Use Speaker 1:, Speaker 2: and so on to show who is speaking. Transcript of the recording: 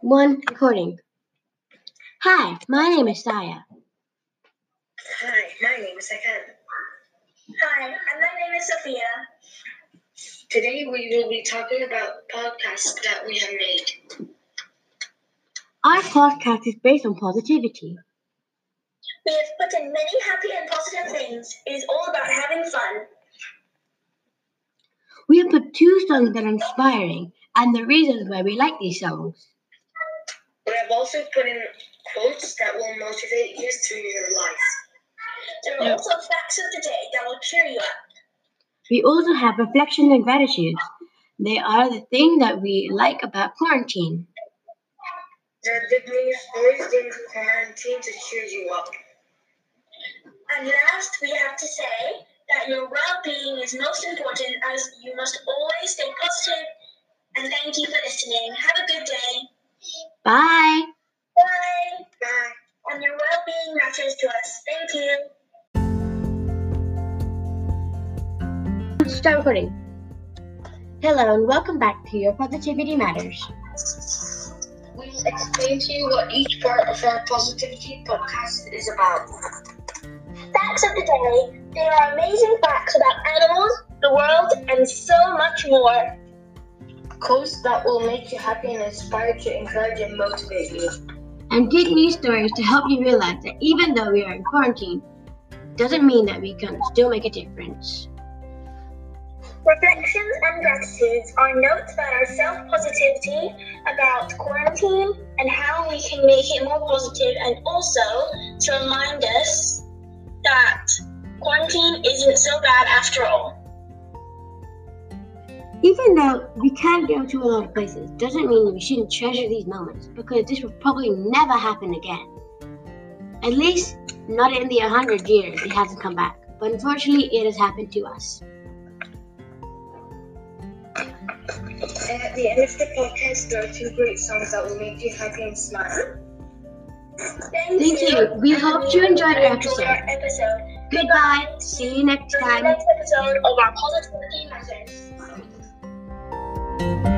Speaker 1: One recording. Hi, my name is Saya.
Speaker 2: Hi, my name is Akan.
Speaker 3: Hi, and my name is Sophia.
Speaker 2: Today we will be talking about podcasts that we have made.
Speaker 1: Our podcast is based on positivity.
Speaker 3: We have put in many happy and positive things. It is all about having fun.
Speaker 1: We have put two songs that are inspiring and the reasons why we like these songs.
Speaker 2: We have also put in quotes that will motivate you through your life.
Speaker 3: There are also facts of the day that will cheer you up.
Speaker 1: We also have reflection and gratitude. They are the thing that we like about quarantine.
Speaker 2: There are good news stories during quarantine to cheer you up.
Speaker 3: And last, we have to say that your well being is most important as you must always stay positive. And thank you for listening. Have a good day.
Speaker 1: Bye!
Speaker 3: Bye.
Speaker 2: Bye.
Speaker 3: And your well being matters to us. Thank you.
Speaker 1: Start recording. Hello and welcome back to your Positivity Matters.
Speaker 2: We will explain to you what each part of our positivity podcast is about.
Speaker 3: Facts of the day. There are amazing facts about animals, the world, and so much more.
Speaker 2: Quotes that will make you happy and inspire to encourage and motivate you.
Speaker 1: And good news stories to help you realize that even though we are in quarantine, doesn't mean that we can still make a difference.
Speaker 3: Reflections and gratitudes are notes about our self positivity, about quarantine, and how we can make it more positive, and also to remind us that quarantine isn't so bad after all.
Speaker 1: Even though we can't go to a lot of places, doesn't mean we shouldn't treasure these moments because this will probably never happen again. At least not in the 100 years it hasn't come back, but unfortunately it has happened to us.
Speaker 2: And at the end of the podcast, there are two great songs that will make you happy and smile.
Speaker 3: Thank,
Speaker 1: Thank you. We hope you enjoyed our episode.
Speaker 3: Our episode.
Speaker 1: Goodbye. See you next
Speaker 3: See you
Speaker 1: time.
Speaker 3: next episode of our positivity matters.
Speaker 1: Thank you.